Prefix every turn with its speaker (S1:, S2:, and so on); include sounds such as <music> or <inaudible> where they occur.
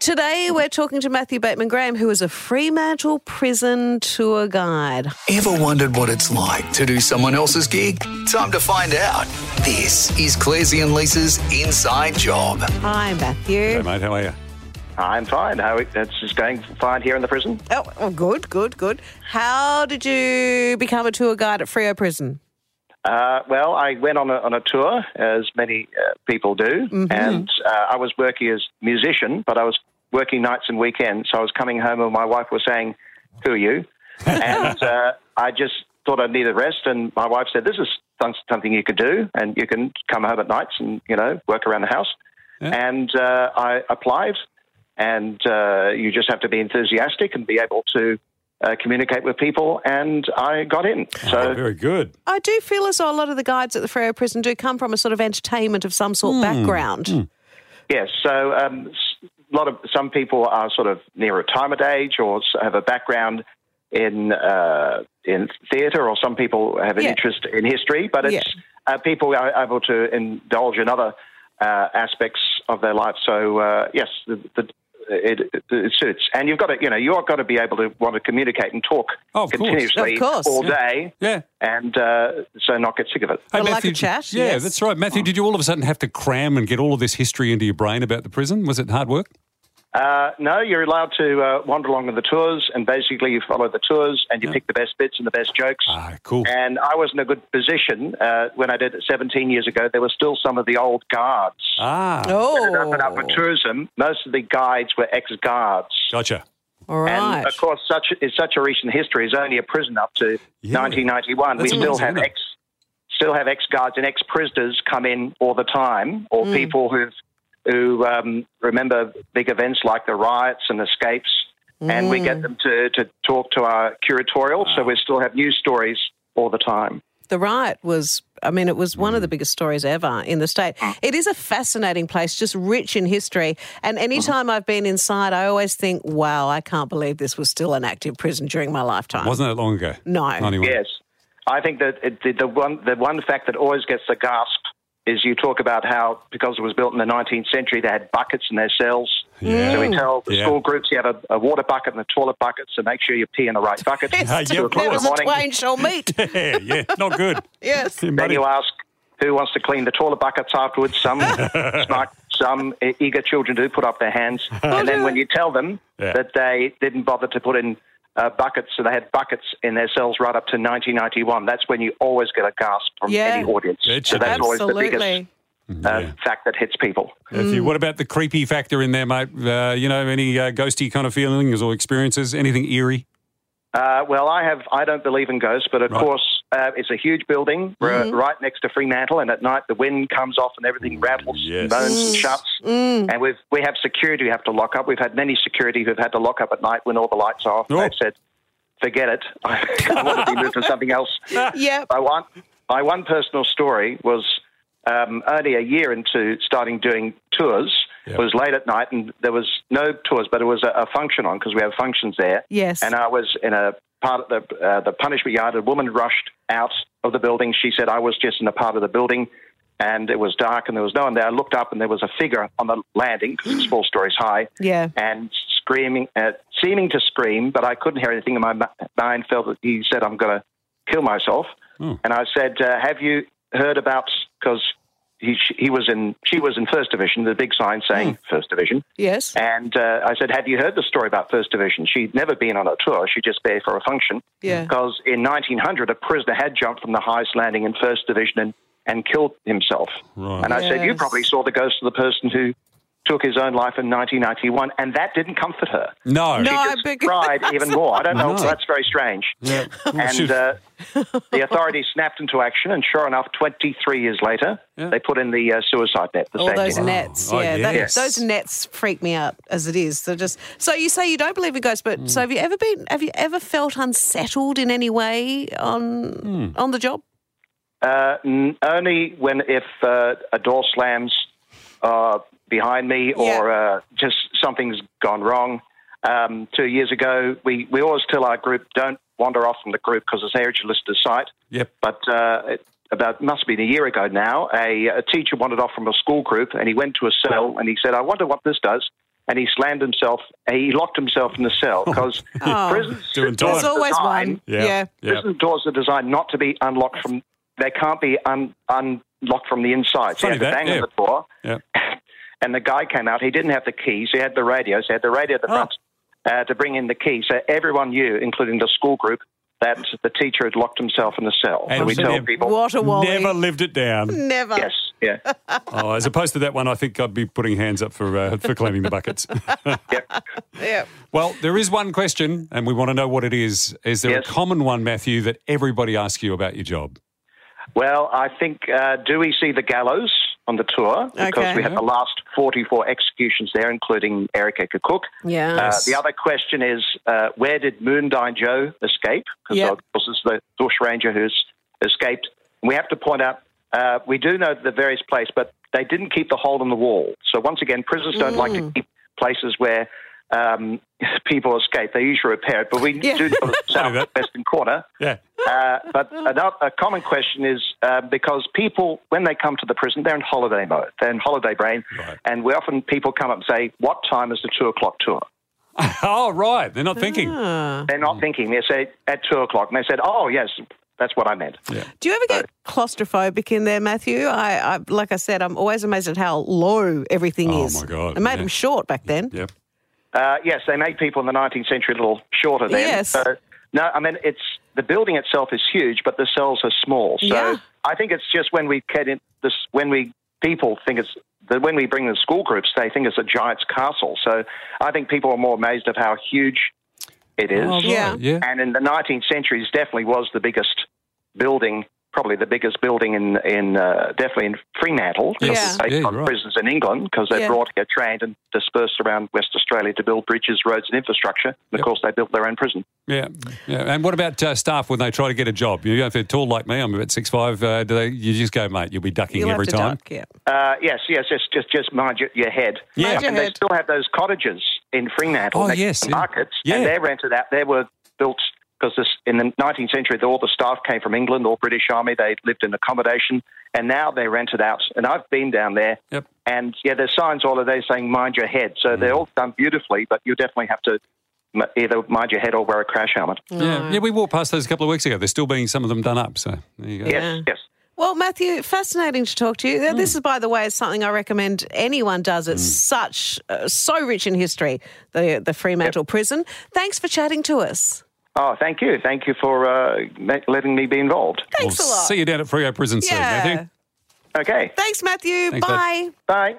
S1: Today, we're talking to Matthew Bateman Graham, who is a Fremantle prison tour guide.
S2: Ever wondered what it's like to do someone else's gig? Time to find out. This is Clazy and Lisa's Inside Job.
S1: Hi, Matthew.
S3: Hey, mate, how are you?
S4: I'm fine. How it's just going fine here in the prison.
S1: Oh, oh, good, good, good. How did you become a tour guide at Frio Prison?
S4: Uh, well, I went on a, on a tour, as many uh, people do, and uh, I was working as musician, but I was working nights and weekends. So I was coming home, and my wife was saying, "Who are you?" and uh, I just thought I'd need a rest, and my wife said, "This is some- something you could do, and you can come home at nights and you know work around the house." And uh, I applied, and uh, you just have to be enthusiastic and be able to. Uh, communicate with people, and I got in. So
S3: Oh, Very good.
S1: I do feel as though a lot of the guides at the Freo prison do come from a sort of entertainment of some sort background.
S4: Yes. So um, s- a lot of some people are sort of near retirement age or s- have a background in uh, in theatre, or some people have an
S1: Yeah.
S4: interest in history. But it's uh, people are able to indulge in other uh, aspects of their life. So uh, yes, the, the, it, it, it suits. And you've got to you know you've got to be able to want to communicate and talk
S3: Oh, of course.
S4: continuously
S1: Of course.
S4: all
S3: Yeah.
S4: day,
S3: Yeah.
S4: and uh, so not get sick of it.
S3: Hey,
S1: I like a
S3: Matthew,
S1: chat,
S3: Yeah,
S1: yes.
S3: that's right. Matthew, did you all of a sudden have to cram and get all of this history into your brain about the prison? Was it hard work?
S4: Uh, no, you're allowed to uh, wander along on the tours, and basically you follow the tours and you pick the best bits and the best jokes.
S3: Ah, cool.
S4: And I was in a good position uh, when I did it 17 years ago. There were still some of the old guards.
S3: Ah,
S4: Ended up in upper
S1: Oh,
S4: tourism. Most of the guides were ex-guards,
S3: gotcha.
S1: all right.
S4: and of course, such is such a recent history. It's only a prison up to
S3: Yeah.
S4: 1991.
S3: That's
S4: we still
S3: amazing,
S4: have
S3: isn't it?
S4: ex, still have ex-guards and ex-prisoners come in all the time, or
S3: Mm.
S4: people who've who um, remember big events like the riots and escapes, and we
S3: Mm.
S4: get them to, to talk to our curatorial. So we still have news stories all the time.
S1: The riot was, I mean, it was one of the biggest stories ever in the state. It is a fascinating place, just rich in history. And anytime I've been inside, I always think, wow, I can't believe this was still an active prison during my lifetime. <laughs>
S3: Wasn't that long ago?
S1: No.
S3: 91.
S4: Yes, I think that it, the, the one the one fact that always gets the gasp is you talk about how because it was built in the 19th century, they had buckets in their cells.
S3: Yeah.
S4: So we tell the
S3: Yeah.
S4: school groups you have a, a water bucket and a toilet bucket, so make sure you pee in the right bucket.
S3: Ah,
S1: Yes,
S3: yeah,
S4: Two
S3: of
S4: o'clock
S1: there
S4: in the
S1: was a
S4: morning.
S1: twain shall meet.
S3: <laughs> yeah, yeah, not good.
S1: Yes.
S3: <laughs> Yeah,
S4: Then
S3: buddy.
S4: you ask who wants to clean the toilet buckets afterwards. Some smart, some e-, eager children do put up their hands, and then when you tell them
S3: Yeah.
S4: that they didn't bother to put in. Uh, buckets, so they had buckets in their cells right up to 1991. That's when you always get a gasp from
S1: Yeah.
S4: any audience.
S3: It
S4: so
S3: should
S4: that's
S3: be.
S4: always the
S1: Absolutely.
S4: biggest uh, fact that hits people.
S3: Matthew, what about the creepy factor in there, mate? Uh, you know, any uh, ghosty kind of feelings or experiences? Anything eerie?
S4: Uh, well, I have. I don't believe in ghosts, but of
S3: Right. Mm-hmm.
S4: course, uh, it's a huge building. We're right next to Fremantle, and at night the wind comes off and everything rattles,
S3: yes.
S4: and bones and shuts. And we've we have security we have to lock up. We've had many security who've had to lock up at night when all the lights are off.
S3: Oh.
S4: They've said, "Forget it. <laughs> I, want to be moved to
S3: <laughs>
S4: something else."
S1: Yep.
S4: My one, my one personal story was um, only a year into starting doing tours.
S3: Yep.
S4: It was late at night, and there was no tours, but it was a, a function on because we have functions there.
S1: Yes.
S4: And I was in a part of the uh, the punishment yard. A woman rushed out of the building. She said I was just in a part of the building, and it was dark, and there was no one there. I looked up, and there was a figure on the landing because it's four stories high
S1: Yeah.
S4: and screaming, uh, seeming to scream, but I couldn't hear anything. And my mi- mind felt that he said, I'm going to kill myself. And I said, uh, Have you heard about, because he, she- he was in, she was in First Division, the big sign saying First Division.
S1: Yes.
S4: And uh, I said, Have you heard the story about First Division? She'd never been on a tour. She'd just been for a function.
S1: Yeah.
S4: Because in 1900, a prisoner had jumped from the highest landing in First Division and, and killed himself.
S3: Right.
S4: And I said, You
S1: Yes.
S4: probably saw the ghost of the person who took his own life in 1991. And that didn't comfort her.
S3: No.
S1: No.
S4: She
S1: Oh, I
S4: just
S1: beg-
S4: cried even more. I don't know.
S3: No.
S4: That's very strange.
S3: Yeah.
S4: And uh, the authorities snapped into action, and sure enough, 23 years later,
S3: Yeah.
S4: they put in the uh, suicide net. The
S1: All
S4: same
S1: those
S4: thing.
S1: nets,
S3: Oh,
S1: yeah, tho-
S3: yes.
S1: those nets freak me out as it is. So just so you say you don't believe in ghosts, but
S3: Hmm.
S1: so have you ever been? Have you ever felt unsettled in any way on
S3: Hmm.
S1: on the job?
S4: Uh, n- only when if uh, a door slams uh, behind me or uh, just something's gone wrong. Um, two years ago, we, we always tell our group don't wander off from the group because it's a heritage listed site.
S3: Yep.
S4: But uh, it, about must have been a year ago now, a, a teacher wandered off from a school group and he went to a cell and he said, "I wonder what this does." and he slammed himself. He locked himself in the cell because
S1: Oh.
S4: prisons
S3: Doing time.
S1: There's
S4: prisons
S3: Done.
S1: always
S4: design-
S1: one.
S3: Yeah.
S1: Yeah.
S3: Yeah.
S4: Prison doors are designed not to be unlocked from. They can't be un, unlocked from the inside. So
S3: Funny
S4: you have to
S3: that,
S4: bang
S3: yeah.
S4: on the door.
S3: Yeah.
S4: <laughs> And the guy came out. He didn't have the keys. He had the radio. So he had the radio at the
S3: Oh.
S4: front uh, to bring in the key. So everyone knew, including the school group, that the teacher had locked himself in the cell.
S3: And
S4: so we
S3: so
S4: tell
S3: then-
S4: people,
S1: What a wally.
S3: Never lived
S1: <laughs>
S3: it down.
S1: Never.
S4: yes, yeah,
S3: Oh, as opposed to that one, I think I'd be putting hands up for uh, for cleaning the buckets.
S1: Yeah.
S3: well, there is one question, and we want to know what it is. Is there
S4: Yes.
S3: a common one, Matthew, that everybody asks you about your job?
S4: Well, I think uh, do we see the gallows on the tour because
S1: Okay.
S4: we had the last 44 executions there, including Eric Ecker Cook.
S1: Yeah.
S4: Uh, the other question is uh, where did Moondine Joe escape? Because
S1: Yep.
S4: of course it's the bush ranger who's escaped. And we have to point out uh, we do know the various place, but they didn't keep the hole in the wall. So once again, prisons don't like to keep places where. Um, <laughs> people escape. They usually repair it, but we
S1: Yeah.
S4: do know the
S3: that.
S4: southwestern corner
S3: Yeah. <laughs>
S4: uh, but another, a common question is uh, because people, when they come to the prison, they're in holiday mode, they're in holiday brain,
S3: Right.
S4: and we often people come up and say, "What time is the two o'clock tour?"
S3: oh, right. They're not thinking.
S1: Ah.
S4: They're not thinking. They say at two o'clock, and they said, "Oh yes, that's what I meant."
S1: Do you ever get claustrophobic in there, Matthew? I, I like I said, I'm always amazed at how low everything
S3: Oh,
S1: is.
S3: my God,
S1: It made
S3: yeah.
S1: them short back then.
S3: Yep.
S4: Uh, yes, they made people in the 19th century a little shorter then.
S1: Yes.
S4: So, no, I mean, it's the building itself is huge, but the cells are small. So
S1: Yeah.
S4: I think it's just when we get in this, when we people think it's that when we bring the school groups, they think it's a giant's castle. So I think people are more amazed of how huge it is.
S3: Oh, right,
S1: Yeah.
S3: Yeah.
S4: And in the 19th century, it definitely was the biggest building, probably the biggest building in in uh, definitely in Fremantle. 'cause
S1: Yes.
S4: it's based
S3: Yeah, you're
S4: on
S3: right.
S4: prisons in England because they
S1: Yeah.
S4: brought here trained and dispersed around West Australia to build bridges, roads, and infrastructure. And Of course, they built their own prison.
S3: Yeah, yeah. And what about uh, staff when they try to get a job? You know, if they're tall like me, I'm about six five. Uh, do they? You just go, mate. You'll be ducking
S1: You'll
S3: every
S1: have to
S3: time.
S1: duck, yeah.
S4: Uh, yes, yes, just just just mind your, your head.
S3: Yeah. Mind
S1: your
S4: and they
S1: head.
S4: still have those cottages in Fremantle,
S3: Oh,
S4: next
S3: yes,
S4: to
S3: yeah.
S4: markets,
S3: Yeah.
S4: and they're rented out. They were built because this in the 19th century, all the staff came from England, all British Army. They lived in accommodation, and now they're rented out. And I've been down there,
S3: Yep.
S4: and yeah, there's signs all of those saying "mind your head." So
S3: Mm.
S4: they're all done beautifully, but you definitely have to m- either mind your head or wear a crash helmet.
S3: Yeah, yeah. We walked past those a couple of weeks ago. They're still being some of them done up. So there you go.
S1: Yeah.
S4: Yes, yes.
S1: Well, Matthew, fascinating to talk to you. Now,
S3: Mm.
S1: This is, by the way, is something I recommend anyone does. It's such uh, so rich in history, the the Fremantle prison. Thanks for chatting to us.
S4: Oh, thank you, thank you for uh, ma- letting me be involved.
S3: We'll
S1: Thanks a lot.
S3: see you down at Frio Prison soon,
S1: Yeah.
S3: Matthew.
S4: Okay,
S1: Thanks, Matthew.
S3: Thanks, bud.
S1: Bye.
S4: bye.